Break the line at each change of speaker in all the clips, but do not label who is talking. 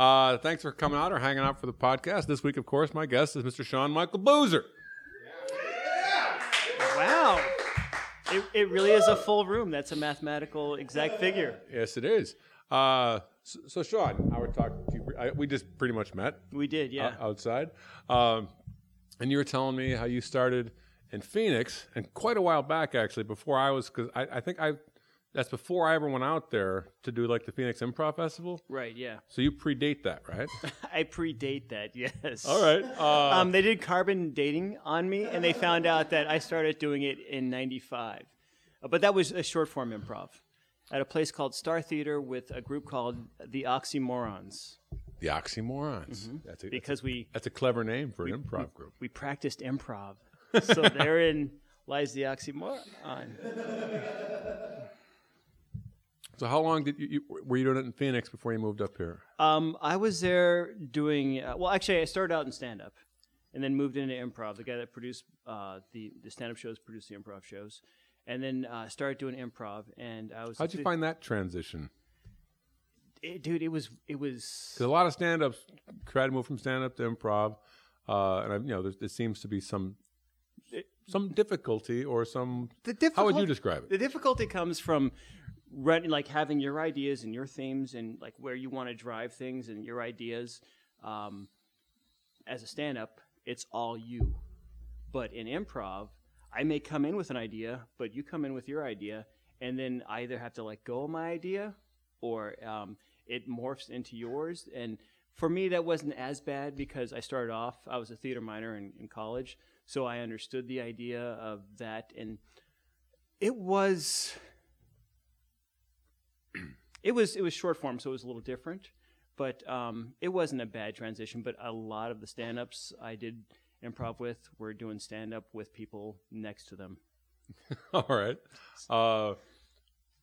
Uh, thanks for coming out or hanging out for the podcast. This week, of course, my guest is Mr. Sean Michael Boozer.
Wow. It, it really is a full room. That's a mathematical exact figure.
Yes, it is. Uh, so, so, Sean, I would talk to you. I, we just pretty much met
We did, yeah.
o- outside. Um, and you were telling me how you started in Phoenix and quite a while back, actually, before I was, because I, I think I, that's before I ever went out there to do like the Phoenix Improv Festival.
Right, yeah.
So you predate that, right?
I predate that, yes.
All right. Uh,
Um, they did carbon dating on me, and they found out that I started doing it in 95. Uh, But that was a short form improv at a place called Star Theater with a group called the Oxymorons
the Oxymorons. That's, a, that's, a,
because we,
that's a clever name for an improv group.
we practiced improv. So therein lies the oxymoron.
So how long did you, you were you doing it in Phoenix before you moved up here?
Um, I was there doing uh, well. Actually, I started out in stand up, and then moved into improv. The guy that produced uh, the the stand up shows produced the improv shows, and then uh, started doing improv. And I was
How'd you find that transition?
it, dude? It was it was
'Cause a lot of stand-ups try to move from stand-up to improv, uh, and I, you know there, there seems to be some some difficulty or some.
the
How would you describe it?
The difficulty comes from running, like having your ideas and your themes and like where you want to drive things and your ideas. Um, as a stand up, it's all you. But in improv, I may come in with an idea, but you come in with your idea, and then I either have to let go of my idea or um, it morphs into yours. And for me, that wasn't as bad because I started off, I was a theater minor in, in college, so I understood the idea of that. And it was it was it was short form so it was a little different but um, it wasn't a bad transition but a lot of the stand-ups i did improv with were doing stand-up with people next to them
All right, uh,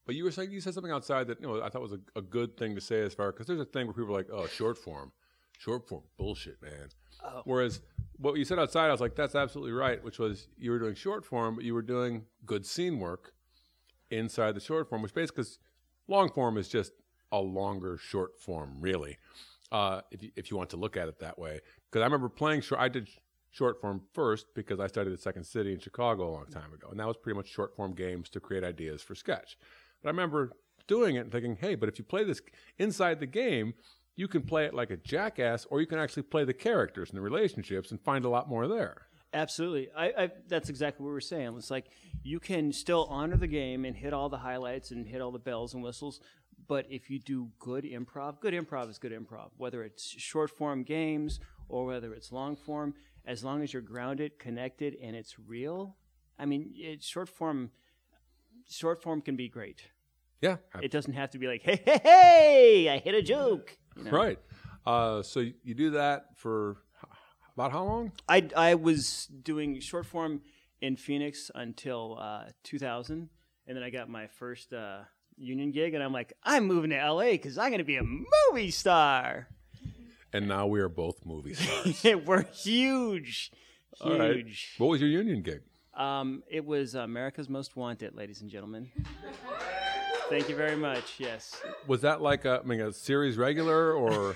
but you were saying you said something outside that you know I thought was a, a good thing to say as far because there's a thing where people are like, oh, short form, short form bullshit, man. Whereas what you said outside, I was like, that's absolutely right. Which was you were doing short form, but you were doing good scene work inside the short form, which basically is long form is just a longer short form, really. Uh, if you, if you want to look at it that way, because I remember playing short, I did short form first because I studied at Second City in Chicago a long time ago, and that was pretty much short form games to create ideas for sketch. But I remember doing it and thinking, hey, but if you play this inside the game, you can play it like a jackass, or you can actually play the characters and the relationships and find a lot more there.
absolutely I, I that's exactly what we were saying it's like you can still honor the game and hit all the highlights and hit all the bells and whistles but if you do good improv good improv is good improv whether it's short form games or whether it's long form as long as you're grounded connected and it's real i mean it's short form short form can be great.
Yeah, I-
It doesn't have to be like, hey, hey, hey, I hit a joke. You know?
right. Uh, so y- you do that for h- about how long?
I, I was doing short form in Phoenix until uh, 2000, and then I got my first uh, union gig, and I'm like, I'm moving to LA because I'm going to be a movie star.
And now we are both movie stars.
We're huge,
All right.
huge.
What was your union gig?
Um, it was America's Most Wanted, ladies and gentlemen. Thank you very much. Yes.
Was that like a, I mean, a series regular, or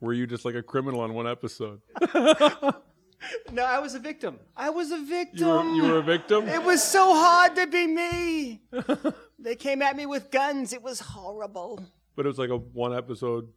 were you just like a criminal on one episode?
No, I was a victim. I was a victim.
You were, you were a victim.
It was so hard to be me. they came at me with guns. It was horrible.
But it was like a one episode.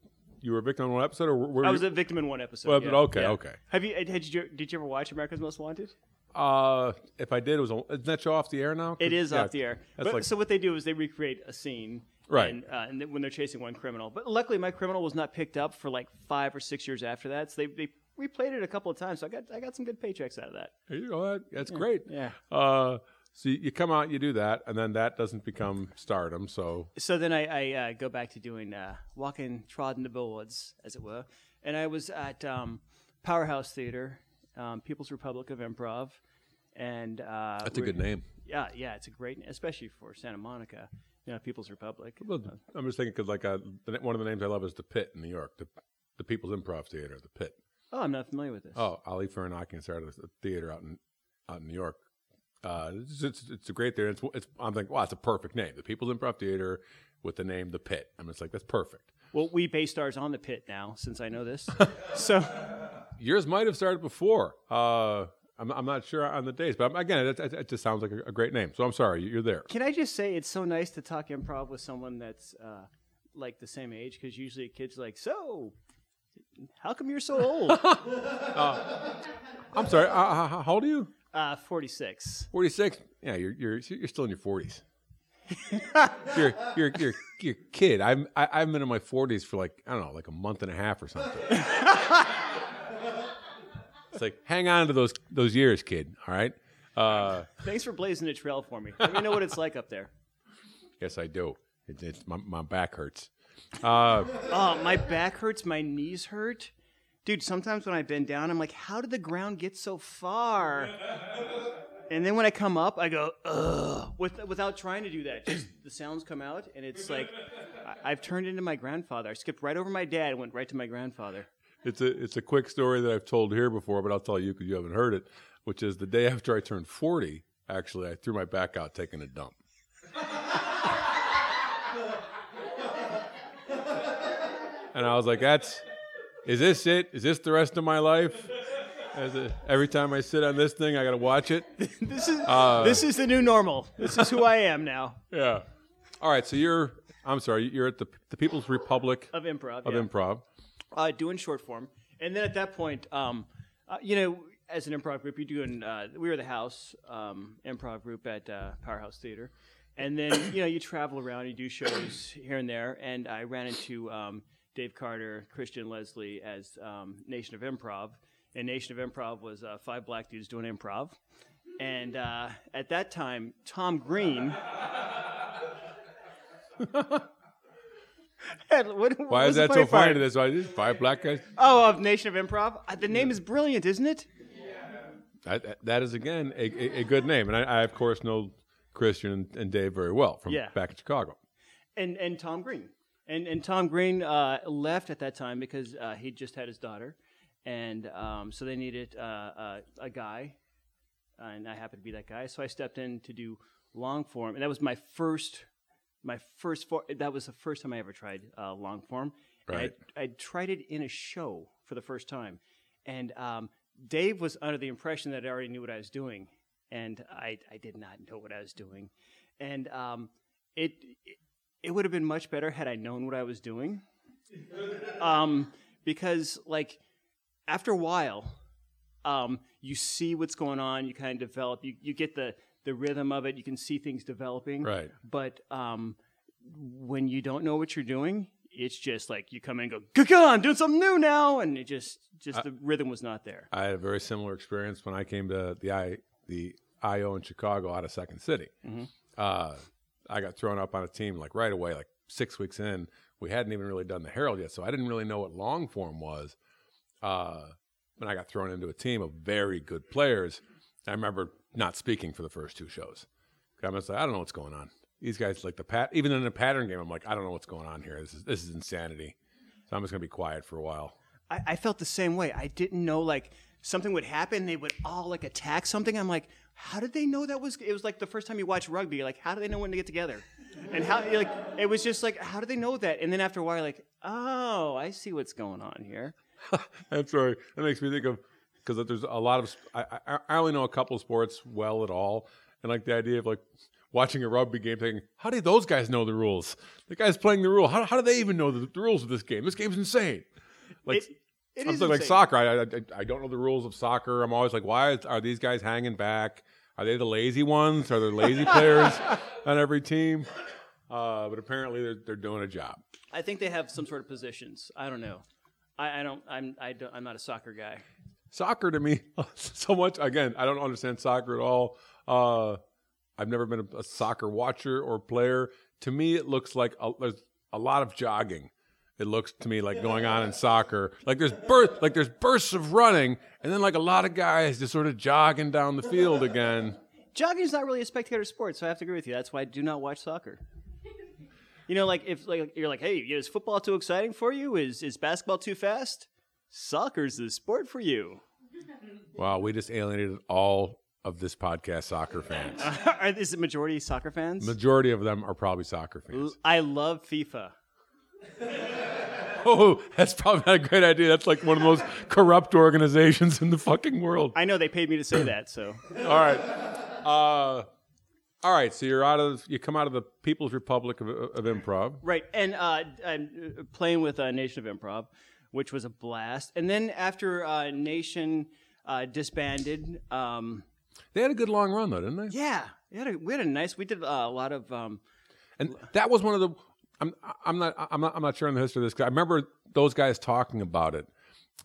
You were a victim on one episode, or were were
I
you?
was a victim in one episode.
Well,
yeah,
but okay,
yeah.
okay.
Have you had you did you ever watch America's Most Wanted?
uh, if I did, it was on, isn't that show off the air now?
It is
Yeah,
off the air.
That's
But-
like
so what they do is they recreate a scene,
Right.
And, uh, and then when they're chasing one criminal, but luckily my criminal was not picked up for like five or six years after that. So they they replayed it a couple of times. So I got I got some good paychecks out of that.
there you go. That, that's great.
yeah.
Uh, so you, you come out, you do that, and then that doesn't become stardom. So
so then I, I uh, go back to doing uh, walking, trodden the billboards, as it were. And I was at um, Powerhouse Theater, um, People's Republic of Improv, and uh,
that's a
we're-
good name.
Yeah, yeah, it's a great, especially for Santa Monica, you know, People's Republic.
Well, I'm just thinking because like uh, the, one of the names I love is the Pit in New York, the the People's Improv Theater, the Pit.
Oh, I'm not familiar with this.
Oh, Ali Farinaki started a theater out in out in New York. Uh, it's, it's, it's a great theater. It's, it's I'm thinking, wow, it's a perfect name. The People's Improv Theater with the name The Pit. I mean, it's like that's perfect.
Well, we based ours on the pit now, since I know this. so
Yours might have started before. Uh, I'm, I'm not sure on the days, but again, it, it, it just sounds like a, a great name. So I'm sorry, you're there.
can I just say it's so nice to talk improv with someone that's uh, like the same age? Because usually a kid's like, "So, how come you're so old?"
I'm sorry. Uh, how, how old are you?
uh, Forty six.
46. Yeah, you're you're you're still in your 40s. you're you're you're you're a kid. I'm I, I've been in my 40s for like I don't know, like a month and a half or something. it's like hang on to those those years, kid. All right. Uh,
Thanks for blazing a trail for me. Let me know what it's like up there.
yes, I do. It, it's my my back hurts. Uh,
Oh, my back hurts. My knees hurt. Dude, sometimes when I bend down, I'm like, how did the ground get so far? And then when I come up, I go, ugh, with, without trying to do that. Just the sounds come out, and it's like, I, I've turned into my grandfather. I skipped right over my dad and went right to my grandfather.
it's a it's a quick story that I've told here before, but I'll tell you because you haven't heard it. Which is the day after I turned 40. Actually, I threw my back out taking a dump. and I was like, "That's is this it? Is this the rest of my life?" As a, every time I sit on this thing, I got to watch it.
This is, this is the new normal. This is who I am now
Yeah. All right. So you're. I'm sorry. You're at the the People's Republic
of improv.
of
yeah.
Improv.
uh, doing short form. And then at that point, um, uh, you know, as an improv group, you're doing, uh, we were the house um, improv group at uh, Powerhouse Theater. And then, you know, you travel around, you do shows here and there. And I ran into um, Dave Carter, Christian Leslie as um, Nation of Improv. And Nation of Improv was uh, five black dudes doing improv. And uh, at that time, Tom Green. What- what
Why
was
is
the
that so
part?
funny to this? Why is this five black guys?
Oh, of Nation of Improv. Uh, The name is brilliant, isn't it?
That, that- that is again a, a, a good name, and I, I of course know Christian and, and Dave very well from
Yeah.
back in Chicago.
And and Tom Green. And and Tom Green uh, left at that time because uh, he just had his daughter, and um, so they needed uh, uh, a guy, uh, and I happened to be that guy. So I stepped in to do long form, and that was my first, my first for- that was the first time I ever tried uh, long form. And
Right.
I, I tried it in a show for the first time, and um, Dave was under the impression that I already knew what I was doing, and I, I did not know what I was doing, and um, it, it it would have been much better had I known what I was doing, um, because like after a while um, you see what's going on. You kind of develop. You, you get the the rhythm of it. You can see things developing.
Right.
But um, when you don't know what you're doing, it's just like you come in and go, "Gaga, I'm doing something new now," and it just just the rhythm was not there.
I had a very similar experience when I came to the I the IO in Chicago out of Second City. Uh, I got thrown up on a team like right away, like six weeks in. We hadn't even really done the Herald yet, so I didn't really know what long form was. Uh, and I got thrown into a team of very good players. I remember not speaking for the first two shows. I'm just like, I don't know what's going on. These guys like the pat, even in a pattern game, I'm like, I don't know what's going on here. This is this is insanity. So I'm just gonna be quiet for a while.
I, I felt the same way. I didn't know like something would happen. They would all like attack something. I'm like, how did they know that was? It was like the first time you watch rugby. You're Like, how do they know when to get together? And how like it was just like, how do they know that? And then after a while, like, oh, I see what's going on here.
That's right. That makes me think of because there's a lot of sp- I, I I only know a couple of sports well at all, and like the idea of like watching a rugby game, thinking, how do those guys know the rules? The guys playing the rule, how, how do they even know the, the rules of this game? This game's insane. Like.
It- it
I'm
is
saying, like
insane.
soccer. I, I I don't know the rules of soccer. I'm always like, why is, are these guys hanging back? Are they the lazy ones? Are there lazy players on every team? Uh, but apparently they're they're doing a job.
I think they have some sort of positions. I don't know. I, I don't. I'm. I don't, I'm not a soccer guy.
soccer to me so much again i don't understand soccer at all uh i've never been a, a soccer watcher or player to me it looks like a, there's a lot of jogging it looks to me like going on in soccer like there's burst like there's bursts of running and then like a lot of guys just sort of jogging down the field again
Jogging is not really a spectator sport, so I have to agree with you. That's why I do not watch soccer. You know, like if like you're like, hey, is football too exciting for you? Is is basketball too fast? Soccer's the sport for you.
wow we just alienated all of this podcast soccer fans
Are- is it majority soccer fans?
majority of them are probably soccer fans
I love FIFA.
Oh, that's probably not a great idea. That's like one of the most corrupt organizations in the fucking world.
I know they paid me to say that, so
All right. Uh, all right. So you're out of you come out of the People's Republic of, of Improv.
right. And uh, I'm uh, playing with uh, Nation of Improv, which was a blast. And then after uh, Nation uh, disbanded, um,
They had a good long run though, didn't they?
yeah, we had a, we had a nice. We did uh, a lot of. Um,
And that was one of the. I'm I'm not I'm not I'm not sure on the history of this. 'cause I remember those guys talking about it.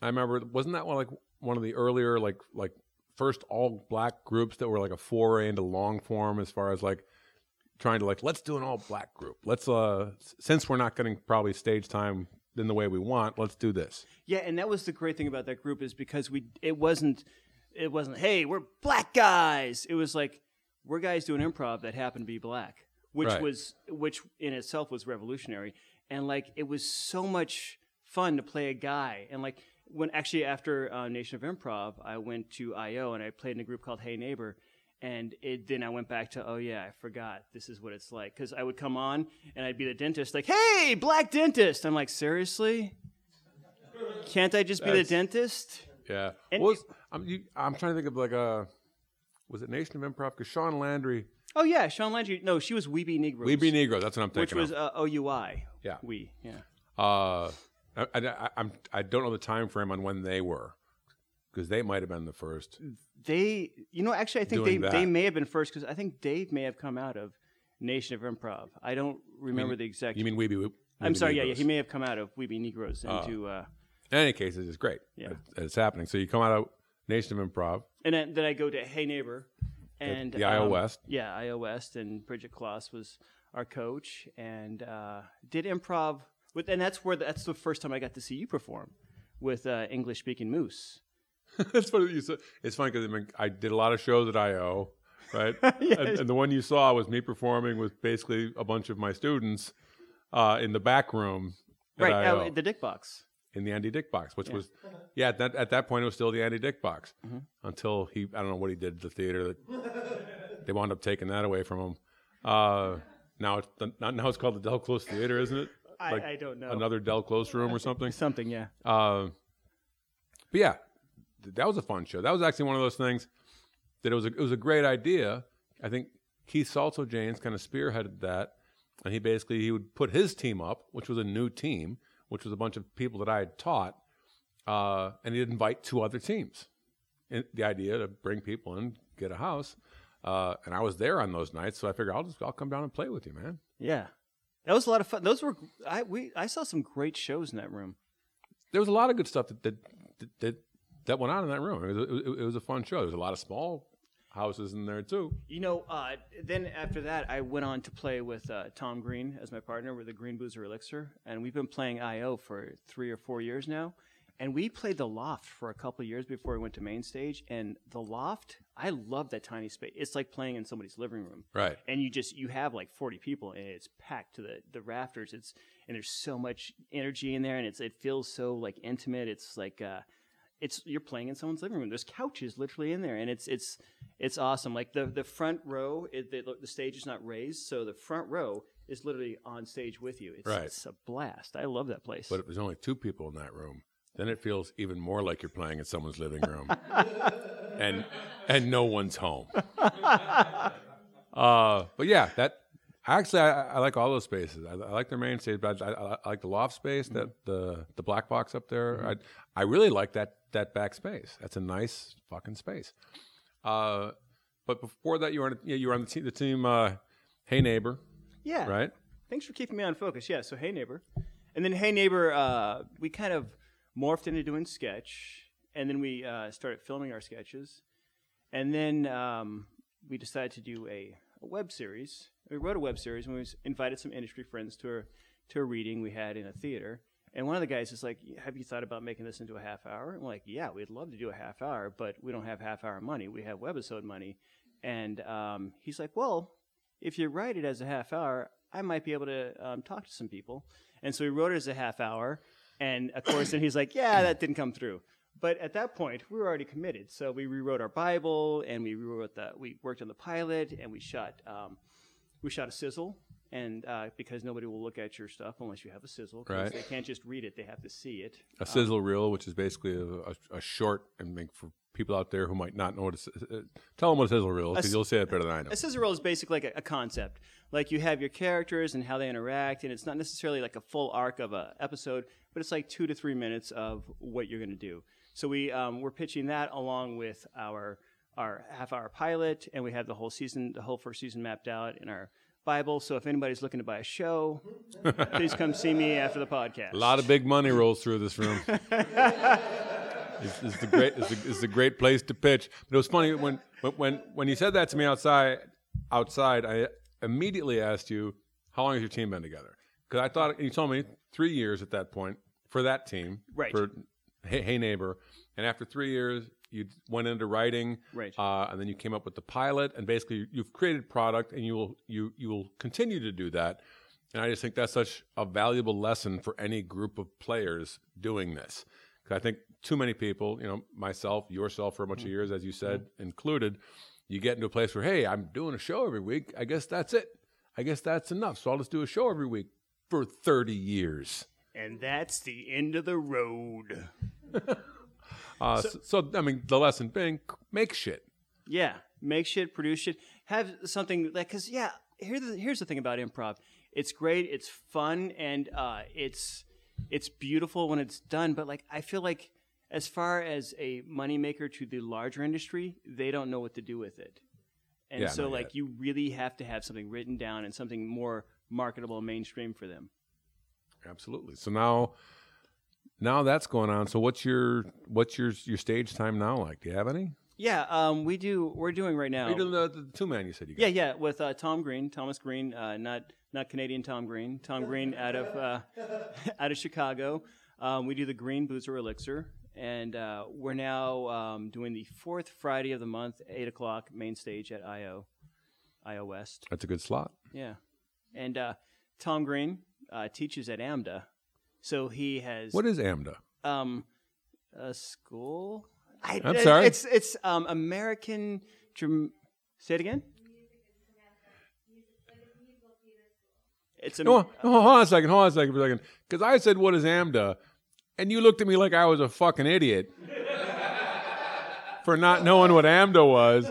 I remember wasn't that one like one of the earlier like like first all black groups that were like a foray into long form as far as like trying to like let's do an all black group. Let's uh s- since we're not getting probably stage time in the way we want, let's do this.
Yeah, and that was the great thing about that group is because we it wasn't it wasn't hey we're black guys. It was like we're guys doing improv that happen to be black, which
Right.
was which in itself was revolutionary. And like it was so much fun to play a guy. And like when actually after uh, Nation of Improv, I went to IO and I played in a group called Hey Neighbor. And it, then I went back to, oh yeah, I forgot. This is what it's like. Because I would come on and I'd be the dentist, like, hey, black dentist. I'm like, seriously? Can't I just be the
That's-
dentist?
Yeah.
And-
was I'm you, I'm trying to think of like a was it Nation of Improv? Because Sean Landry,
Oh yeah, Sean Landry. No, she was Weeby Negroes.
We Be Negro. That's what I'm thinking.
which
of.
was uh, OUI.
Yeah.
we. Yeah,
Uh, I, I, I, I'm I don't know the time frame on when they were, because they might have been the first.
they. You know, actually, I think
Doing
they,
that.
they may have been first because I think Dave may have come out of Nation of Improv. I don't remember the exact.
You mean Weeby? Weeb-
I'm
Weeby
sorry. Yeah, yeah,
Negroes. Ah.
he may have come out of Weeby Negroes into. Uh,
In any case, it's great.
Yeah.
It- it's happening. So you come out of Nation of Improv,
and then, then I go to Hey Neighbor, and um,
the IO West.
Yeah, IO West, and Bridget Kloss was our coach, and uh, did improv with, and that's where the, that's the first time I got to see you perform with uh, English speaking Moose.
That's funny. that You said. It's funny because I, mean, I did a lot of shows at IO, right? and, and the one you saw was me performing with basically a bunch of my students uh, in the back room. at
Right,
IO.
uh, the Dick Box.
in the Andy Dick box, which was, yeah, at that, at that point it was still the Andy Dick box
Mm-hmm.
until he, I don't know what he did to the theater that they wound up taking that away from him. Uh, now it's the, now- now it's called the Del Close Theater, isn't it?
I- I don't know.
Another Del Close room or something.
Something, yeah.
Uh, but yeah, th- that was a fun show. That was actually one of those things that it was a, it was a great idea. I think Keith Salto James kind of spearheaded that, and he basically he would put his team up, which was a new team, which was a bunch of people that I had taught, uh, and he'd invite two other teams. And the idea to bring people in, get a house, uh, and I was there on those nights, so I figured I'll just I'll come down and play with you, man.
Yeah. That was a lot of fun. Those were I we I saw some great shows in that room.
there was a lot of good stuff that that that, that, that went on in that room. It was, it, was- it was a fun show. There was a lot of small houses in there too.
You know, uh, then after that, I went on to play with uh, Tom Green as my partner. We're the Green Boozer Elixir, and we've been playing IO for three or four years now. And we played the Loft for a couple of years before we went to main stage. And the Loft, I love that tiny space. It's like playing in somebody's living room.
Right.
and you just you have like 40 people and it's packed to the the rafters it's and there's so much energy in there and it's it feels so like intimate it's like uh it's you're playing in someone's living room there's couches literally in there and it's it's it's awesome like the the front row it, the, the stage is not raised so the front row is literally on stage with you it's,
Right.
it's a blast i love that place
But if there's only two people in that room, then it feels even more like you're playing in someone's living room, and and no one's home. uh, but yeah, that actually I, I like all those spaces. I, I like their main stage, but I, I, I like the loft space, that the the black box up there. I I really like that that back space. That's a nice fucking space. Uh, but before that, you were on, yeah, you were on the team. The team, uh, hey neighbor,
yeah
right?
thanks for keeping me on focus. Yeah, so Hey Neighbor. And then Hey Neighbor, uh, we kind of morphed into doing sketch. And then we uh, started filming our sketches. And then um, we decided to do a, a web series. We wrote a web series and we s- invited some industry friends to a, to a reading we had in a theater. And one of the guys is like, Have you thought about making this into a half hour? And we're like, Yeah, we'd love to do a half hour, but we don't have half hour money. We have webisode money. And um, he's like, Well, if you write it as a half hour, I might be able to um, talk to some people. And so he wrote it as a half hour. And of course, then he's like, yeah, that didn't come through. But at that point, we were already committed. So we rewrote our Bible and we rewrote the, we worked on the pilot and we shot, um, we shot a sizzle and uh, because nobody will look at your stuff unless you have a sizzle, 'cause
Right.
They can't just read it; they have to see it.
a sizzle reel, which is basically a, a, a short, and make for people out there who might not know what a, si- uh, tell them what a sizzle reel is because
s-
you'll say it better than I know.
A scissor roll is basically like a, a concept. Like you have your characters and how they interact, and it's not necessarily like a full arc of a episode, but it's like two to three minutes of what you're going to do. So we um, we're pitching that along with our our half hour pilot, and we have the whole season, the whole first season mapped out in our Bible. So if anybody's looking to buy a show, please come see me after the podcast.
A lot of big money rolls through this room. it's, it's the great, it's the, it's the great place to pitch. But it was funny when when when, when you said that to me outside. Outside, I immediately asked you how long has your team been together? Because I thought you told me three years at that point for that team,
Right.
For hey, hey neighbor, and after three years, you went into writing,
Right.
Uh, and then you came up with the pilot, and basically you've created product, and you will you you will continue to do that. And I just think that's such a valuable lesson for any group of players doing this. 'Cause I think too many people, you know, myself, yourself for a bunch of years, as you said, included, you get into a place where, hey, I'm doing a show every week. I guess that's it. I guess that's enough. So I'll just do a show every week for 30 years.
and that's the end of the road.
Uh, so, so, I mean, the lesson being c- make shit.
Yeah, make shit, produce shit, have something like because yeah, here the, here's the thing about improv. It's great, it's fun, and uh, it's it's beautiful when it's done. But like, I feel like as far as a moneymaker to the larger industry, they don't know what to do with it, and
Yeah,
so
not
like
yet.
you really have to have something written down and something more marketable and mainstream for them.
Absolutely. So now, now that's going on. So what's your what's your your stage time now like? Do you have any?
Yeah, um, we do. We're doing right now.
Are you doing the, the two man you said you got?
Yeah, yeah, with uh, Tom Green, Thomas Green, uh, not not Canadian Tom Green, Tom Green out of uh, out of Chicago. Um, we do the Green Boozer Elixir, and uh, we're now um, doing the fourth Friday of the month, eight o'clock, main stage at IO, IO West.
That's a good slot.
Yeah, and uh, Tom Green uh, teaches at AMDA, so he has
What is AMDA?
um, a school. I,
I'm sorry?
It's it's um, American. Dram- say it again. It's a,
No, no, hold on a second. Hold on a second for a second. Because I said, "What is AMDA?" and you looked at me like I was a fucking idiot for not knowing what AMDA was,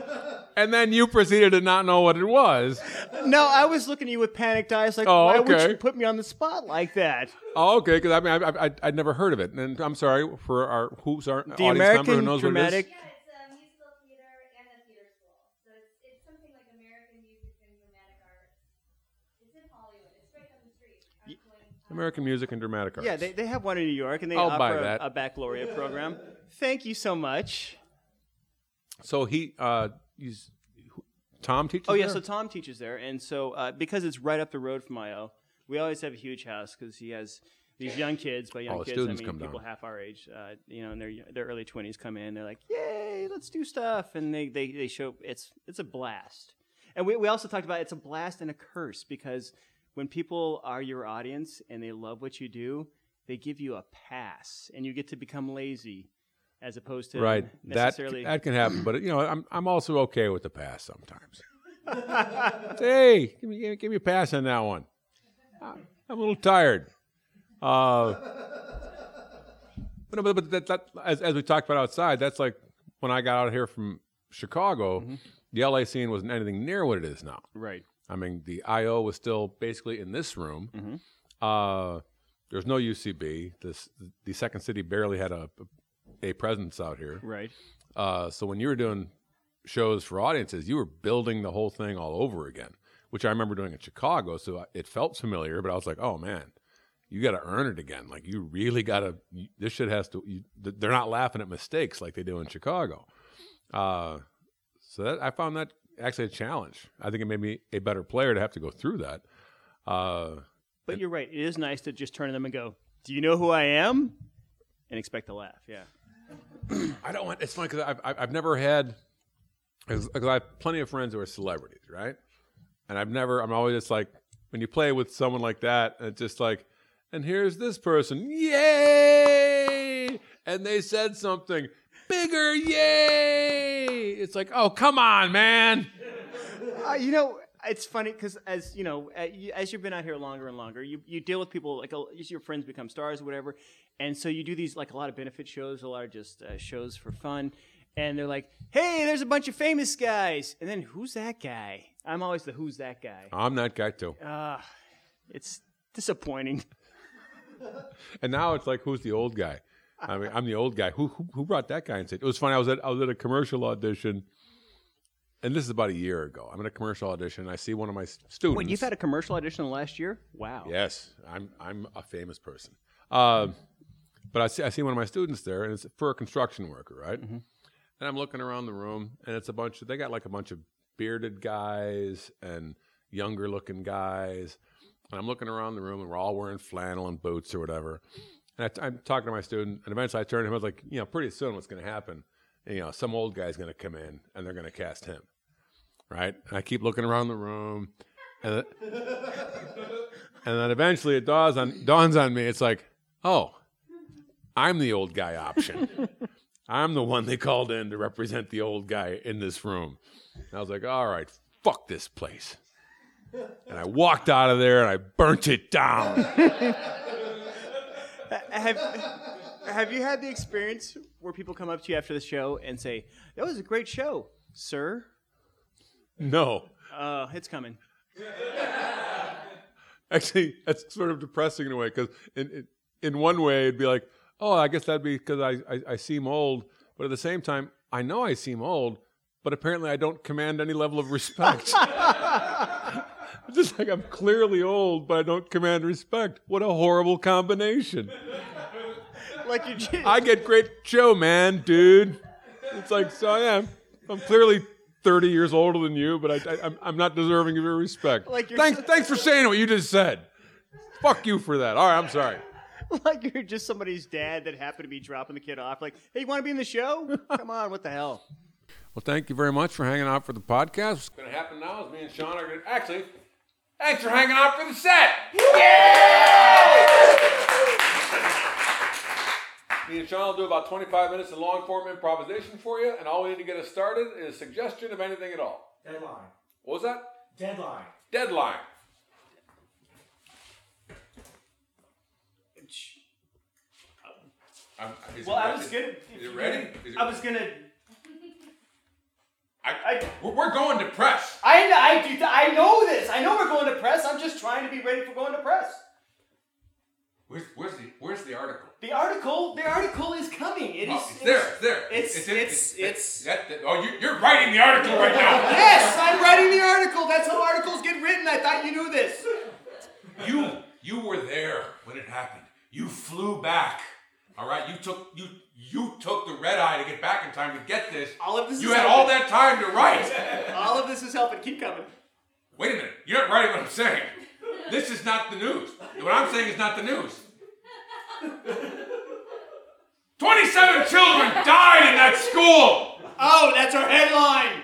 and then you proceeded to not know what it was.
no. I was looking at you with panicked eyes, like,
Oh,
why would
okay.
you put me on the spot like that?
Oh, okay. Because I mean, I, I, I'd- I'd never heard of it, and I'm sorry for our who's our
The
audience
American
member who knows
dramatic.
what
Yeah, it's a musical theater and a theater school. So it's, it's something like American music and dramatic arts. It's in Hollywood. It's right down the street. on Colleen
it is. American music and dramatic arts.
Yeah, they, they have one in New York, and they
I'll
offer
buy
a-
that.
a baccalaureate program. Thank you so much.
so he, uh, he's, who- Tom teaches.
Oh yeah,
there?
so Tom teaches there, and so uh, because it's right up the road from IO, we always have a huge house because he has these young kids. By young
All Oh, the
kids, I
students
mean
come
people
down.
half our age, uh, you know, in their their early twenties, come in. They're like, "Yay, let's do stuff!" And they they, they show it's it's a blast. And we, we also talked about it's a blast and a curse because when people are your audience and they love what you do, they give you a pass, and you get to become lazy as opposed to
right. That
necessarily
that can happen, but you know, I'm I'm also okay with the pass sometimes. hey, give me give me a pass on that one. I'm a little tired. Uh, but no, but, but that, that as, as we talked about outside, that's like when I got out here from Chicago,
Mm-hmm.
the LA scene wasn't anything near what it is now.
right.
I mean, the IO was still basically in this room.
Mhm.
Uh, there's no UCB. This the Second City barely had a a presence out here.
Right.
Uh, so when you were doing shows for audiences, you were building the whole thing all over again, which I remember doing in Chicago. So I- it felt familiar, but I was like, oh man, you got to earn it again. Like you really got to. This shit has to. You, th- they're not laughing at mistakes like they do in Chicago. Uh, so that I found that actually a challenge. I think it made me a better player to have to go through that. Uh,
But you're right. It is nice to just turn to them and go, "Do you know who I am?" and expect a laugh. Yeah.
I don't want. It's funny because I've, I've I've never had because I have plenty of friends who are celebrities, right? And I've never. I'm always just like when you play with someone like that, and it's just like, and here's this person, yay! And they said something bigger, yay! It's like, oh come on, man!
Uh, you know, it's funny because as you know, a- you- as you've been out here longer and longer, you, you deal with people like a- your friends become stars or whatever, and so you do these like a lot of benefit shows, a lot of just uh, shows for fun, and they're like, "Hey, there's a bunch of famous guys," and then who's that guy? I'm always the who's that guy.
I'm that guy too.
Uh, it's disappointing.
And now it's like, who's the old guy? I mean, I'm the old guy. Who, who who brought that guy into it? It was funny. I was at I was at a commercial audition, and this is about a year ago. I'm at a commercial audition. and I see one of my s- students.
Wait, you've had a commercial audition last year? Wow.
Yes, I'm I'm a famous person. Um, but I see I see one of my students there, and it's for a construction worker, right? And I'm looking around the room, and it's a bunch of they got like a bunch of bearded guys and younger looking guys, and I'm looking around the room, and we're all wearing flannel and boots or whatever. And I, am talking to my student, and eventually I turn to him. I was like, you know, pretty soon what's going to happen? You know, some old guy's going to come in, and they're going to cast him, right? And I keep looking around the room, and. the- and then eventually it dawns on dawns on me. It's like, oh, I'm the old guy option. I'm the one they called in to represent the old guy in this room. And I was like, all right, fuck this place. And I walked out of there and I burnt it down.
Have Have you had the experience where people come up to you after the show and say, "That was a great show, sir"?
No.
Uh, it's coming.
Actually, that's sort of depressing in a way because in, in in one way it'd be like, oh, I guess that'd be because I, I I seem old, but at the same time, I know I seem old, but apparently I don't command any level of respect. Just like I'm clearly old, but I don't command respect. What a horrible combination!
Like you, just,
I get great show, man, dude. It's like so I am. I'm clearly. 30 years older than you, but I, I, I'm, I'm not deserving of your respect.
Like you're
thanks,
so-
thanks for saying what you just said. Fuck you for that. All right, I'm sorry.
like you're just somebody's dad that happened to be dropping the kid off. Like, hey, you want to be in the show? Come on, what the hell?
Well, thank you very much for hanging out for the podcast. What's going to happen now is me and Sean are going to actually. Thanks for hanging out for the set. Me and Sean will do about 25 minutes of long form improvisation for you, and all we need to get us started is suggestion of anything at all.
Deadline.
What was that?
Deadline.
Deadline. I'm, is
Well,
it
I
ready?
was gonna.
Is it ready? Is it-
I was gonna.
I-
I-
we're- we're going to press.
I know, I do. th- I know this. I know we're going to press. I'm just trying to be ready for going to press.
Where's, where's the Where's the article?
The article. The article is coming. It is.
Oh, it's there. It's there.
it's-
in-
it's- it's-
that, that- oh, you, you're writing the article right now.
Yes, I'm writing the article. That's how articles get written. I thought you knew this.
You you were there when it happened. You flew back. All right. You took you you took the red eye to get back in time to get this.
All of this
You
is
had
happening.
all that time to write.
All of this is helping. Keep coming.
Wait a minute. You're not writing what I'm saying. This is not the news. What I'm saying is not the news. 27 children died in that school.
Oh, that's our headline.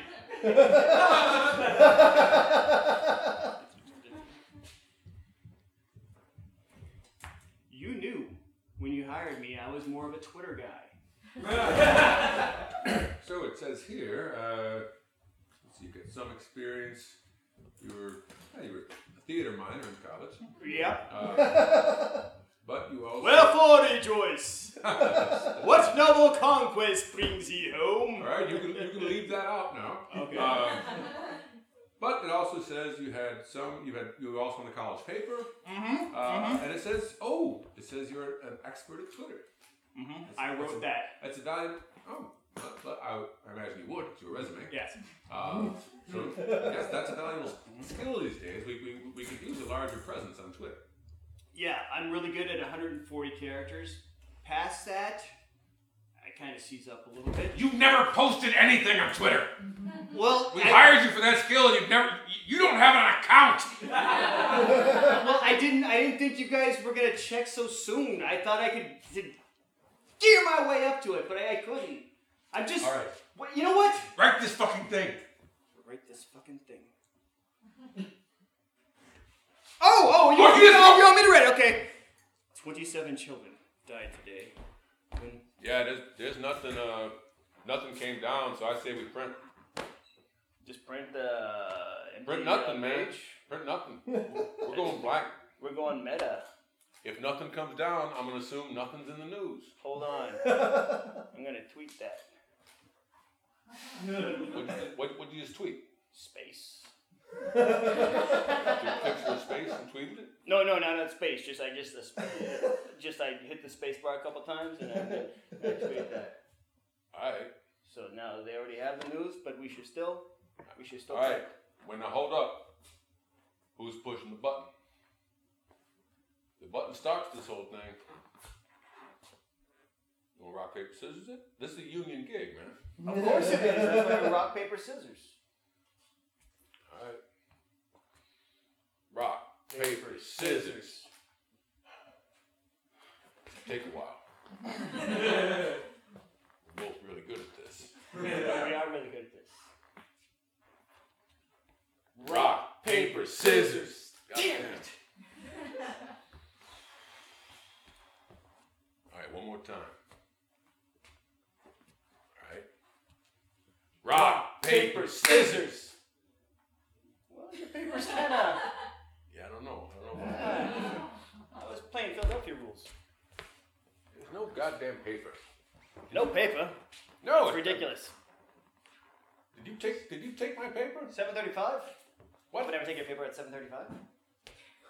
you knew when you hired me, I was more of a Twitter guy.
So it says here, uh, let's see, you get some experience. You were, yeah, you were a theater minor in college, Uh,
Yep.
but you also.
Wherefore rejoice? what noble conquest brings ye home?
all right, you can, you can leave that out now.
Okay.
Um, but it also says you had some, you had, you were also in the college paper. Mm-hmm, uh, And it says, oh, it says you're an expert at Twitter. Mm-hmm,
I wrote that.
That's a value. Oh, but- but I, I imagine you would. It's your resume.
Yes.
Um, so yes, that's a valuable skill these days. We, we, we could use a larger presence on Twitter.
Yeah, I'm really good at 140 characters. Past that, I kind of seize up a little bit.
You never posted anything on Twitter.
Well,
We
I-
hired you for that skill, and you've never. you- You don't have an account.
Well, I didn't. I didn't think you guys were gonna check so soon. I thought I could did, gear my way up to it, but I, I couldn't. I'm just.
All right.
Wait, you know what?
Write this fucking thing.
Write this fucking thing. oh, oh, you,
Oh,
you,
yes.
oh, you want me to write? it, Okay. Twenty-seven children died today. When-
Yeah, there's, there's nothing. Uh, nothing came down, so I say we print.
Just print the And
Print
the,
nothing,
uh,
man.
merch,
Print nothing. We're going black.
We're going meta.
If nothing comes down, I'm gonna assume nothing's in the news.
Hold on. I'm gonna tweet that.
What what what did you just tweet?
Space.
Took a picture of space and tweeted it.
No, no, not on space. Just I just the sp- just I hit the space bar a couple times and I, I tweeted that.
All right,
So now they already have the news, but we should still we should still
all right. When I hold up, who's pushing the button? The button starts this whole thing. You want rock paper scissors? It. This is a union gig, man.
Of course it is. That's why we rock paper scissors.
All right. Rock paper scissors. Take a while. We're both really good at this.
we are really good at this.
Rock, paper, scissors. Damn it. All right, one more time. All right. Rock, paper, scissors.
Well, your paper's kind of.
Yeah, I don't know. I don't know.
I was playing Oh, Philadelphia rules.
There's no goddamn paper.
No paper.
No,
It's ridiculous.
Did you take? Did you take my paper?
7:35.
What?
Would I ever take your paper at 7:35?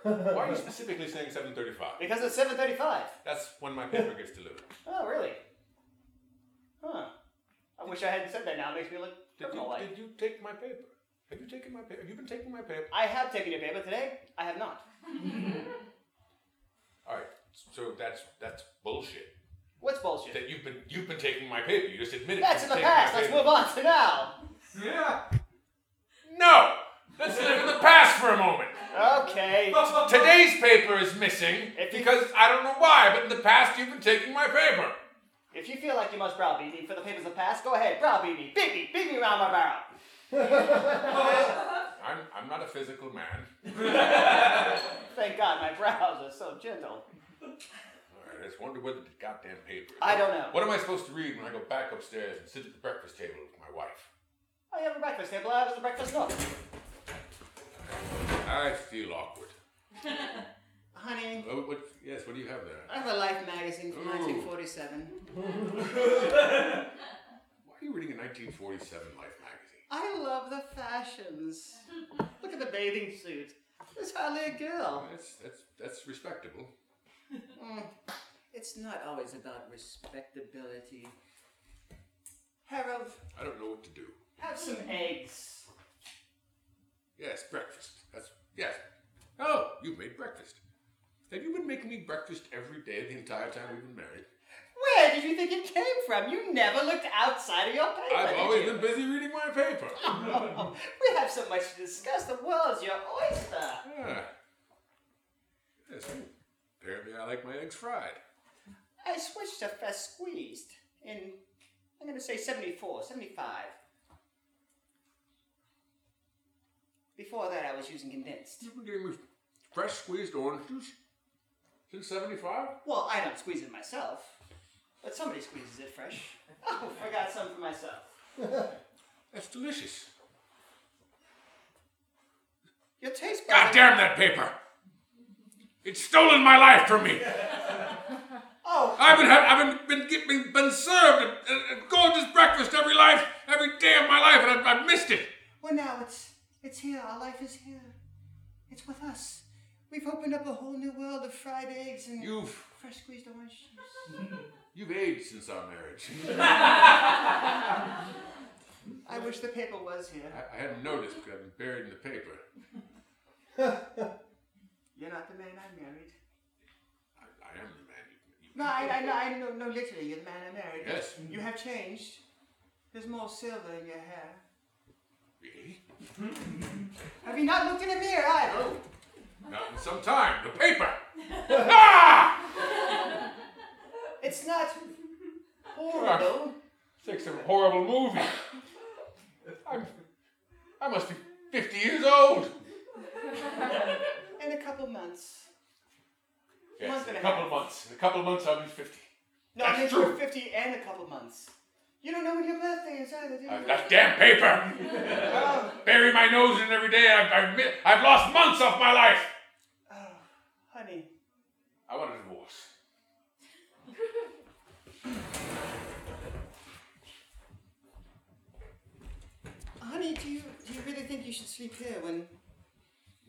Why are you specifically saying 7:35?
Because it's 7:35.
That's when my paper gets delivered.
Oh, really? Huh. I wish I hadn't said that. Now it makes me look
Did you,
criminal like.
did you take my paper? Have you taken my paper? Have you been taking my paper?
I have taken your paper today. I have not.
All right. So that's that's bullshit.
What's bullshit?
That you've been you've been taking my paper. You just admitted.
That's in
you've
the
taken
past.
my
Let's
paper.
move on to now.
No. Let's live in the past for a moment.
Okay.
Today's paper is missing
If you-
because I don't know why, but in the past you've been taking my paper.
If you feel like you must browbeat me for the papers of the past, go ahead. Browbeat me. Beat me. Beat me around my barrel.
I'm I'm not a physical man.
Thank God my brows are so gentle.
All right, I just wonder where the goddamn paper is.
I don't know.
What am I supposed to read when I go back upstairs and sit at the breakfast table with my wife?
I have a breakfast table. I have a breakfast nook.
I feel awkward.
Honey,
Oh, what, yes, what do you have there?
I have a Life magazine from
Ooh.
1947.
Why are you reading a 1947 Life magazine?
I love the fashions. Look at the bathing suit. There's hardly a girl.
That's that's that's respectable.
It's not always about respectability. Harold,
I don't know what to do.
have some eggs.
Yes, breakfast. That's yes. Oh, you've made breakfast. Have you been making me breakfast every day the entire time we've been married?
Where did you think it came from? You never looked outside of your paper.
I've
did
always
you?
been busy reading my paper.
We have so much to discuss. The world's your oyster.
Ah. Yes. Apparently, I like my eggs fried.
I switched to fresh squeezed in, I'm going to say 74, 75. Before that, I was using condensed.
You've been getting me fresh squeezed orange juice since '75.
Well, I don't squeeze it myself, but somebody squeezes it fresh. Oh, I got some for myself.
That's delicious.
Your taste buds.
God damn that paper! It's stolen my life from me.
Oh,
I've been ha- I've been been, get- been, been served a, a- a gorgeous breakfast every life every day of my life, and I've, I've missed it.
well now it's it's here. Our life is here. It's with us. We've opened up a whole new world of fried eggs and
You've
fresh squeezed orange juice.
you've aged since our marriage.
I wish the paper was here.
I, I hadn't noticed because I've been buried in the paper.
You're not the man I married.
I, I am the man you. you
No, I, I, no, I, no, no, literally, you're the man I married.
Yes.
You have changed. There's more silver in your hair.
Really?
Have you not looked in the mirror either?
No. Not in some time. The paper. ah!
It's not horrible.
Six of a horrible movie. I'm, I must be 50 years old.
In a couple months.
Yes,
Month and
in a
a
couple
half.
of months. In a couple of months, I'll be 50.
No,
That's
I mean,
true.
50 and a couple months. You don't know when your birthday is either, do you?
I've got damn paper.
oh,
Bury my nose in it every day. I've, I've, mi- I've lost months off my life.
oh, honey.
I want a divorce.
Honey, do you, do you really think you should sleep here when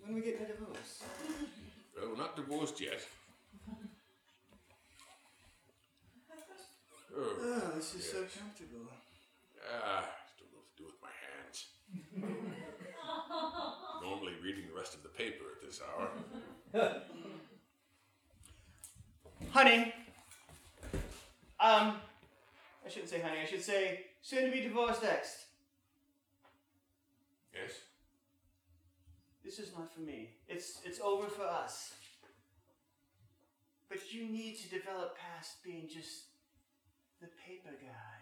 when we get the divorce?
Well, not divorced yet. Oh,
Oh, this is so comfortable.
ah, don't know what to do with my hands. Normally reading the rest of the paper at this hour.
Honey. Um, I shouldn't say honey. I should say soon to be divorced next.
Yes?
This is not for me. It's it's over for us. But you need to develop past being just the paper guy.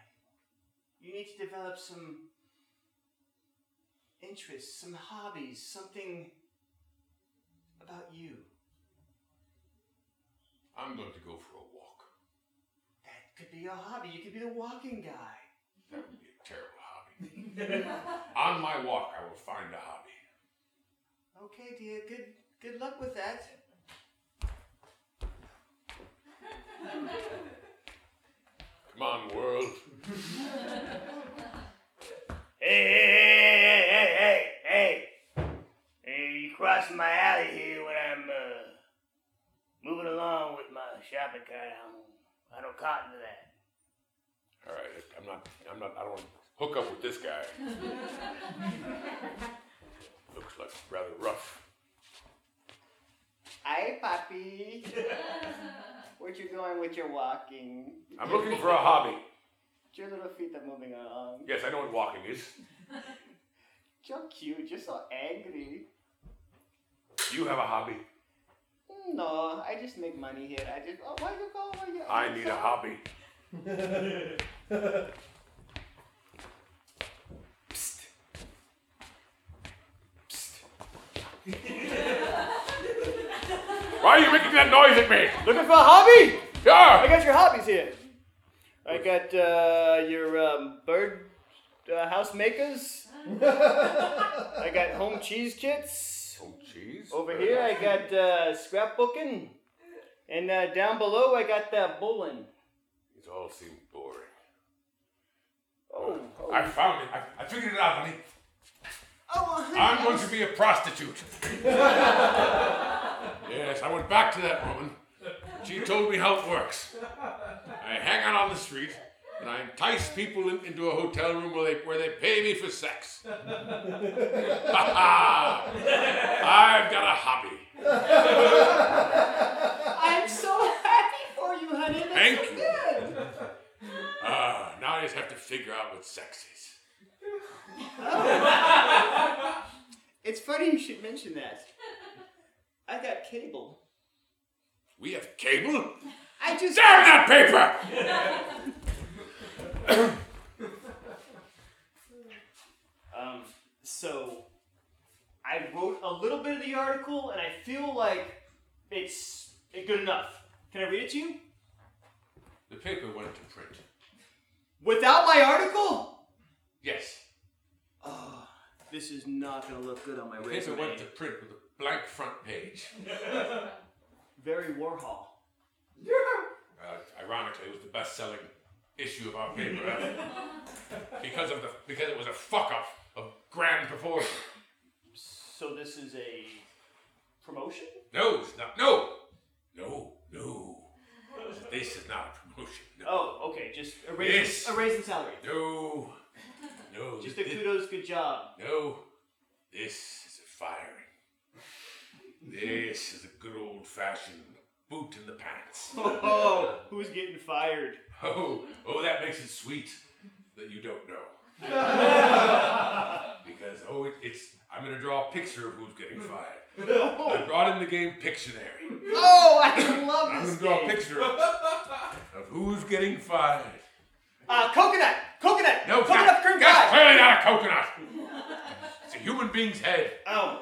You need to develop some interests, some hobbies, something about you.
I'm going to go for a walk.
That could be your hobby. You could be the walking guy.
That would be a terrible hobby. On my walk, I will find a hobby.
Okay, dear. Good good luck with that.
Come on, world.
Hey, hey, hey, hey, hey, hey, hey. Hey, you crossing my alley here when I'm uh, moving along with my shopping cart. I don't, I don't cotton to that.
All right, I'm not, I'm not, I don't want to hook up with this guy. Looks like rather rough.
Hi, Poppy. Where you going with your walking?
I'm looking for a hobby.
Your little feet are moving along.
Yes, I know what walking is.
You're cute. You're so angry.
You have a hobby.
No, I just make money here. I just. Oh, where you go? Where you?
I need a hobby.
Psst. Psst.
Why are you making that noise at me?
Looking for a hobby? I
Yeah.
got your hobbies here. I got uh, your um, bird uh, house makers. I got home cheese kits.
Oh, jeez.
Over here, I got uh, scrapbooking. And uh, down below, I got that bowling.
It all seems boring.
Oh, oh.
I found it. I, I figured it out, honey.
oh honey,
I'm going to be a prostitute. yes, I went back to that woman. She told me how it works. I hang out on the street and I entice people in- into a hotel room where they, where they pay me for sex. Ha ha! I've got a hobby.
I'm so happy for you, honey. That's
Thank
so
you.
good.
Ah, now I just have to figure out what sex is.
It's funny you should mention that. I got cable.
We have cable?
I just.
Damn that paper!
Um, so I wrote a little bit of the article, and I feel like it's good enough. Can I read it to you?
The paper went to print.
Without my article?
Yes,
Oh, this is not gonna look good on my
the paper
resume.
went to print with a blank front page.
Very Warhol.
Uh, ironically, it was the best-selling issue of our paper ever. because of the because it was a fuck up of grand proportion.
So this is a promotion?
No, it's not. No, no, no. This is not a promotion. No,
Oh, okay. Just a raise,
Yes.
a raise in salary.
no, no.
Oh. Just a
thi- thi-
kudos, good job.
no. This is a firing. This is a good old-fashioned boot in the pants.
Oh, who's getting fired?
Oh, oh, that makes it sweet that you don't know. because oh, it, it's I'm gonna draw a picture of who's getting fired. I brought in the game Pictionary.
Oh, I love
I'm
this
gonna draw a
game.
picture of, of who's getting fired.
Uh, coconut, coconut,
No,
coconut
that's-
cream
that's
pie.
clearly not a coconut. It's a human being's head.
Oh,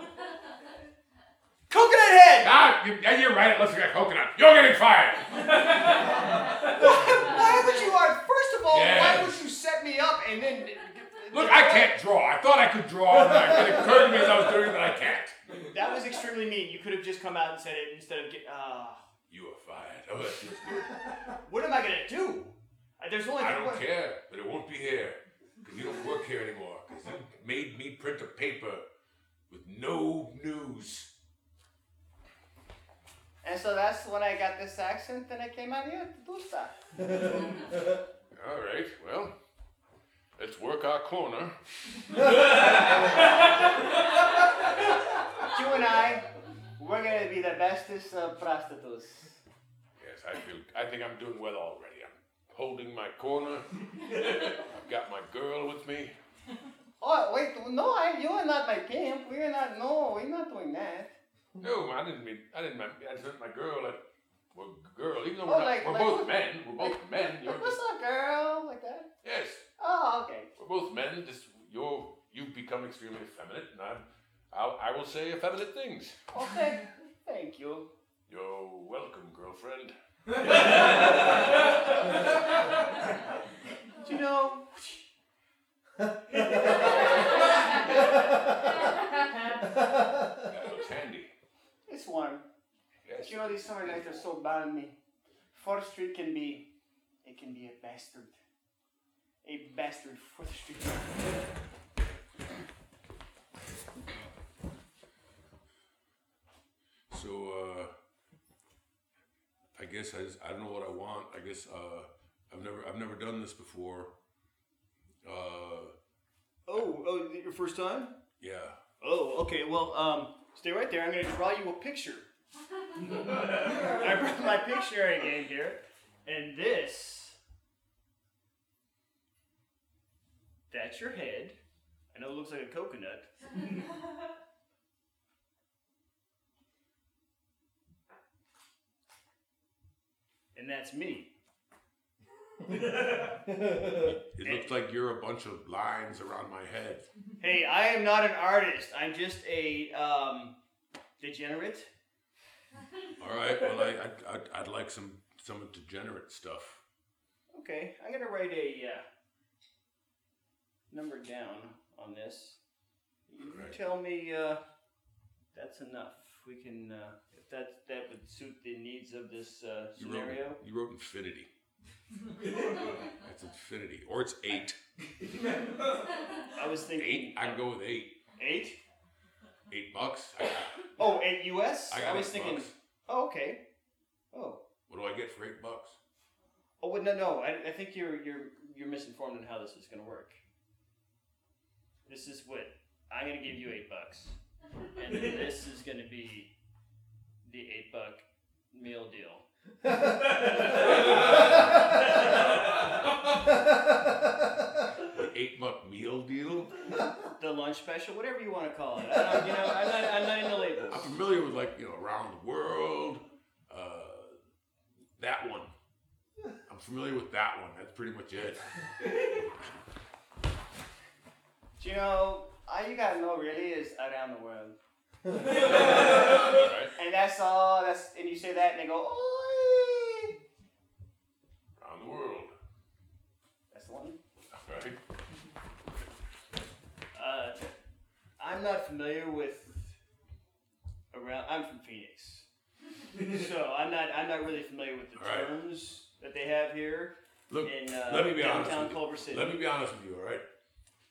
coconut head.
Ah, you, yeah, you're right. It looks like a coconut. You're getting fired.
Why would you? Art? First of all, why
Yes.
would you set me
can't draw. I thought I could draw, and I- it occurred to me as I was doing it that I can't.
That was extremely mean. You could have just come out and said it instead of get. Uh,
You are fired. Oh, that feels good.
what am I gonna do? Uh, There's only.
I don't care, but it won't be here. Because you don't work here anymore. Because you made me print a paper with no news.
And so that's when I got this accent, and I came out here to do stuff.
All right, well, let's work our corner.
You and I, we're gonna be the bestest uh, prostitutes.
Yes, I feel. I think I'm doing well already. I'm holding my corner. I've got my girl with me.
Oh wait, no, I, you are not my pimp. We are not. No, we're not doing that.
No, I didn't mean. I didn't. mean- I just meant my girl. And, well, girl. Even though we're,
Oh,
not,
like-
we're
like-
both men. We're both men. You're
Like, what's
just,
up, girl? Like that?
yes,
Oh, okay.
we're both men. Just you're. You've become extremely effeminate, and I'm. I'll, I will say effeminate things.
Okay. Thank you.
You're welcome, girlfriend.
Do you know?
That looks handy.
It's warm.
Yes.
You know these summer nights are so balmy. Fourth Street can be, it can be a bastard. A bastard Fourth Street.
So, uh, I guess I just, I don't know what I want. I guess uh, I've never I've never done this before. Uh,
Oh, oh, your first time?
yeah.
Oh, okay. Well, um, stay right there. I'm gonna draw you a picture. I brought my picturing game here, and this. That's your head. I know it looks like a coconut. and that's me.
It looks like you're a bunch of lines around my head.
Hey, I am not an artist. I'm just a um, degenerate.
All right. Well, I, I I'd, I'd like some some degenerate stuff.
Okay, I'm gonna write a uh, number down on this. You
Right.
tell me uh, that's enough. We can uh, if that that would suit the needs of this uh,
You wrote,
scenario.
you wrote infinity. That's infinity, or it's eight.
I was thinking
Eight. I can go with eight.
eight.
Eight bucks. I,
Oh, eight U.S.
I got
was
eight
thinking.
bucks.
Oh, okay. Oh,
What do I get for eight bucks?
oh wait, no, no. I, I think you're you're you're misinformed on how this is gonna work. This is what I'm gonna give you eight bucks, and this is gonna be the eight buck meal deal.
An eight buck meal deal?
the lunch special, whatever you want to call it. I don't, you know, I'm not, I'm not into labels.
I'm familiar with like you know around the world, uh, that one. I'm familiar with that one. That's pretty much it.
Do you know? All you gotta know really is around the world.
Right?
And that's all. That's and you say that, and they go, "Oi!"
Around the world,
That's the one.
right?
Uh, I'm not familiar with around. I'm from Phoenix, so I'm not. I'm not really familiar with the
All right.
terms that they have here
Look,
in uh,
let me be honest.
downtown
With
Culver
you.
City.
Let me be honest with you. All right.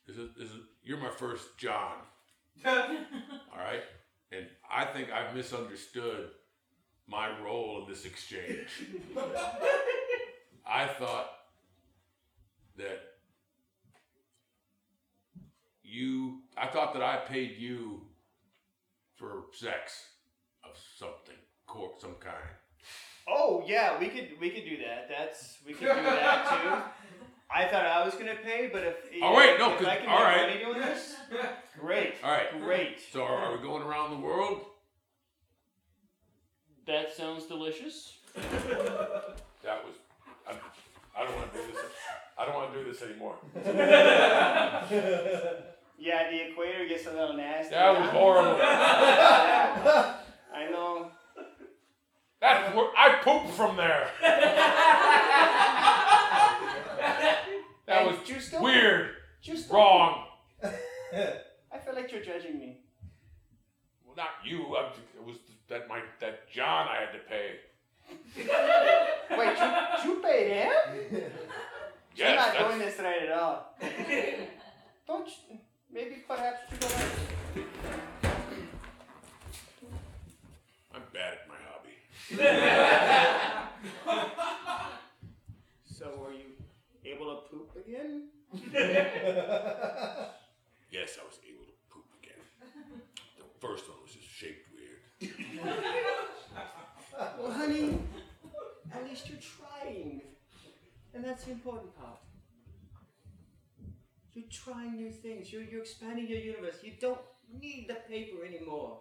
This is this is you're my first John. all right, and I think I've misunderstood my role in this exchange. I thought that you. I thought that I paid you for sex of something, cor- some kind.
Oh yeah, we could we could do that. That's we could do that too. I thought I was gonna pay, but if
Oh, wait, no,
if
'cause-
I can
all
make
right.
money doing this, great,
All right.
great.
So are, are we going around the world?
That sounds delicious.
That was. I, I don't want to do this. I don't want to do this anymore.
Yeah, the equator gets a little nasty.
That was horrible.
I know.
That's where I pooped from there. That was
you still,
weird.
you still,
Wrong.
I feel like you're judging me.
Well, not you. I'm, it was that my that John I had to pay.
Wait, you, you paid him?
Yes,
you're not
that's-
doing this right at all. Don't you, maybe perhaps you don't.
I'm bad at my hobby.
So were you able to poop again?
Yes, I was able to poop again. The first one was just shaped weird.
Well, honey, at least you're trying, and that's the important part. You're trying new things. You're you're expanding your universe. You don't need the paper anymore.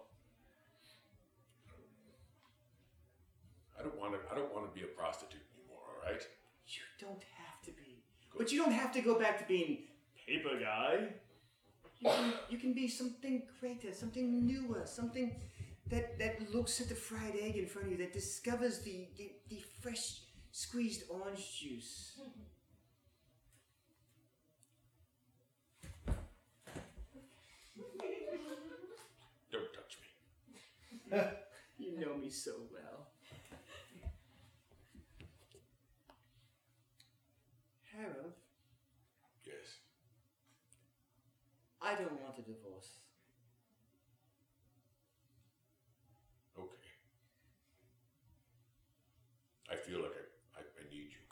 I don't want to. I don't want to be a prostitute anymore. All right.
You don't have to be. But you don't have to go back to being paper guy. You can, you can be something greater, something newer, something that, that looks at the fried egg in front of you, that discovers the, the, the fresh squeezed orange juice.
Don't touch me.
You know me so well. Harold,
Yes.
I don't want a divorce.
Okay. I feel like I, I, I need you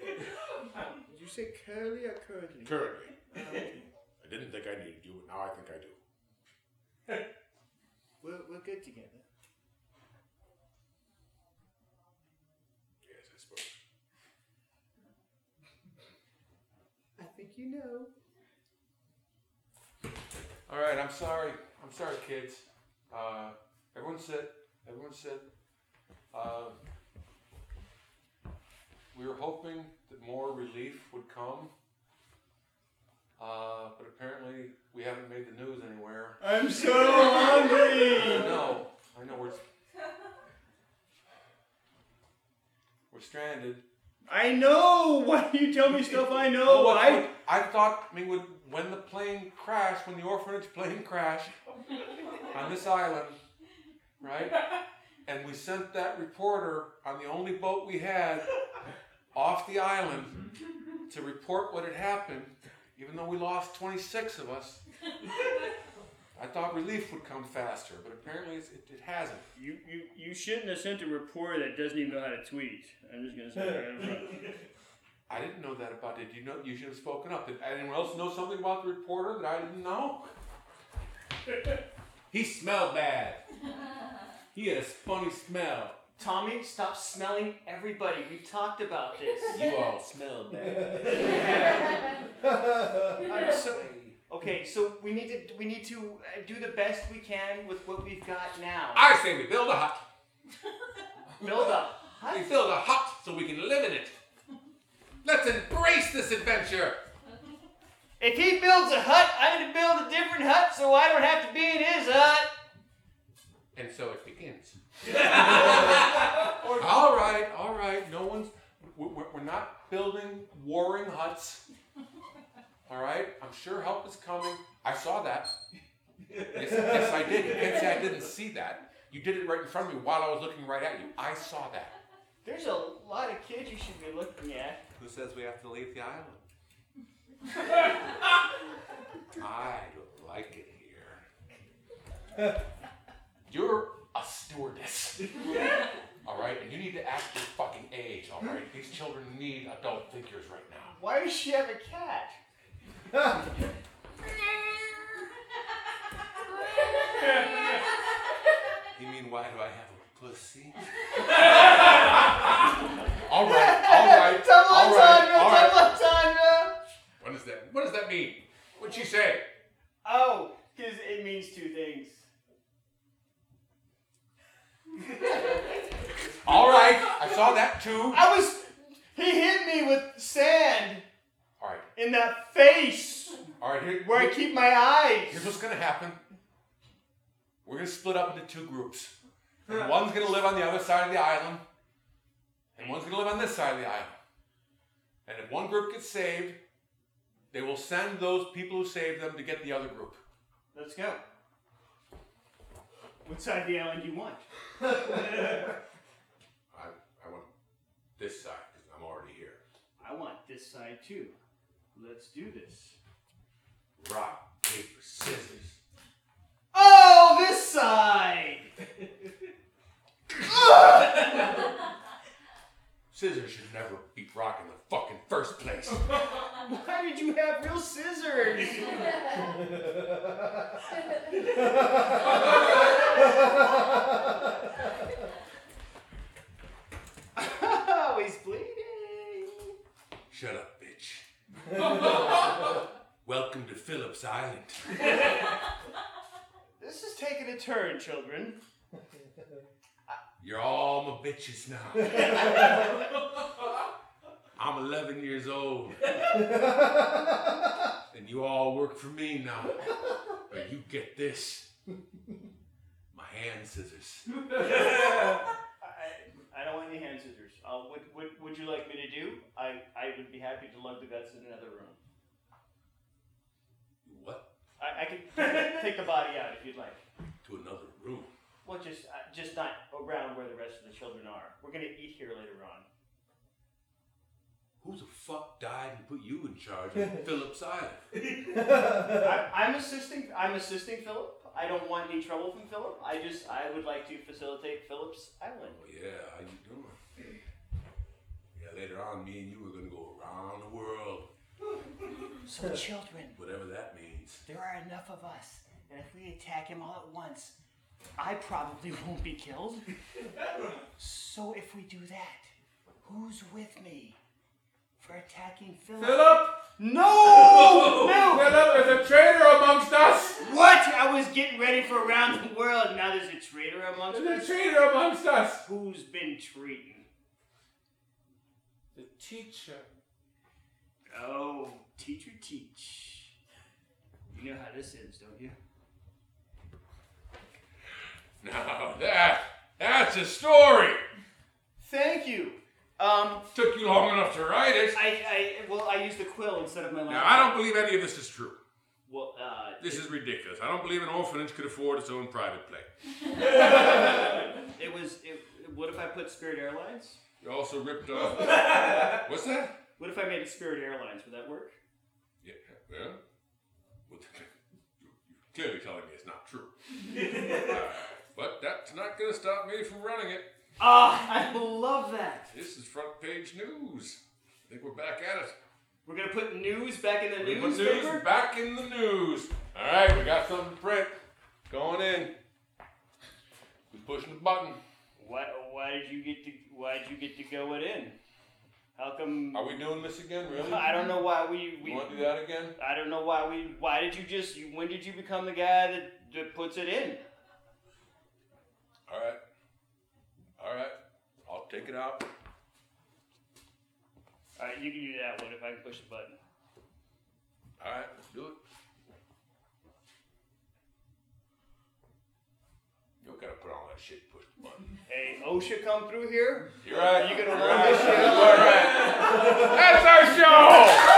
currently.
Did you say curly or curly?
Currently. I didn't think I needed you, but now I think I do.
we're, we're good together.
Yes, I suppose.
I think you know.
All right, I'm sorry. I'm sorry, kids. Uh, everyone sit. Everyone sit. Uh, we were hoping that more relief would come, uh, but apparently we haven't made the news anywhere.
I'm so hungry!
I know. I know. We're we're stranded.
I know. Why do you tell me stuff I know?
Well,
I
Oh, what- I thought, I mean, would, when the plane crashed, when the orphanage plane crashed on this island, right? And we sent that reporter on the only boat we had off the island to report what had happened, even though we lost 26 of us. I thought relief would come faster, but apparently it's, it, it hasn't.
You, you, you shouldn't have sent a reporter that doesn't even know how to tweet. I'm just gonna say that. right up front.
I didn't know that about it. You know, you should have spoken up. Did anyone else know something about the reporter that I didn't know? he smelled bad. He had a funny smell.
Tommy, stop smelling everybody. We talked about this.
You all smell bad.
I'm so- okay, so we need to we need to uh, do the best we can with what we've got now.
I say we build a hut.
Build up.
We build a hut so we can live in it. Let's embrace this adventure.
If he builds a hut, I'm gonna build a different hut so I don't have to be in his hut.
And so it begins. all right, all right. No one's. we- We're, we're not building warring huts. All right. I'm sure help is coming. I saw that. Yes, yes, I did. You can't say I didn't see that. You did it right in front of me while I was looking right at you. I saw that.
There's a lot of kids you should be looking at.
Who says we have to leave the island? I don't like it here. You're a stewardess. all right, and you need to act your fucking age, all right? These children need adult figures right now.
Why does she have a cat?
You mean why do I have a pussy? all right, all right,
Double
all right,
entendre,
all right.
double entendre.
What does that? What does that mean? What'd she say?
Oh, because it means two things.
All right, I saw that too.
I was. He hit me with sand
All right,
in the face
all right. Here,
where I keep my eyes.
Here's what's gonna happen. We're gonna split up into two groups. And one's gonna live on the other side of the island, and one's gonna live on this side of the island. And if one group gets saved, They will send those people who saved them to get the other group.
Let's go.
What side of the island do you want?
I, I want this side because I'm already here.
I want this side too. Let's do this.
Rock, paper, scissors.
Oh, this side.
Scissors should never beat rock in the fucking first place.
Why did you have real scissors?
um,
Oh, he's bleeding.
Shut up, bitch. Welcome to Phillips Island.
This is taking a turn, children.
You're all my bitches now. I'm 11 years old. and you all work for me now. But you get this my hand scissors.
I, I don't want any hand scissors. Uh, what, what would you like me to do? I, I would be happy to lug the guts in another room.
What?
I, I could take the body out if you'd like.
To another room.
Well, just uh, just not around where the rest of the children are. We're gonna eat here later on.
Who the fuck died and put you in charge of Phillips Island?
I, I'm assisting. I'm assisting Philip. I don't want any trouble from Philip. I just I would like to facilitate Philip's island.
Oh, yeah, how you doing? Yeah, later on, me and you were gonna go around the world,
So children,
whatever that means.
there are enough of us, and if we attack him all at once, I probably won't be killed. so if we do that, who's with me for attacking Philip?
Philip!
No! no!
Philip is a traitor amongst us!
What? I was getting ready for around the world. Now there's a traitor amongst
There's a
us.
traitor amongst us!
Who's been treating?
The teacher.
Oh, teacher, teach. You know how this ends, don't you?
Now that, that's a story!
Thank you. Um,
Took you long enough to write it.
I, I, well, I used the quill instead of my.
Now, I don't believe any of this is true.
Well, uh,
This is ridiculous. I don't believe an orphanage could afford its own private plane.
it was. It, what if I put Spirit Airlines?
You also ripped off. What's that?
What if I made it Spirit Airlines? Would that work?
Yeah, well, well you're clearly telling me it's not true. Uh, but that's not going to stop me from running it.
Ah, I love that.
This is front page news. I think we're back at it.
We're gonna put news back in the
We put
newspaper.
news back in the news. All right, we got something to print. Going in. Who's pushing the button?
Why, why did you get to why did you get to go it in? How come
Are we doing this again? Really?
I don't know why we,
You
we
want to do that again?
I don't know why we why did you just you, when did you become the guy that, that puts it in?
All right. All right. I'll take it out.
All right, you can do that one if I can push the button.
All right, let's do it. You don't gotta put all that shit. Push the button.
Hey, OSHA come through here.
You're right.
You gonna
You're
run
right.
this shit?
You're right. That's our show.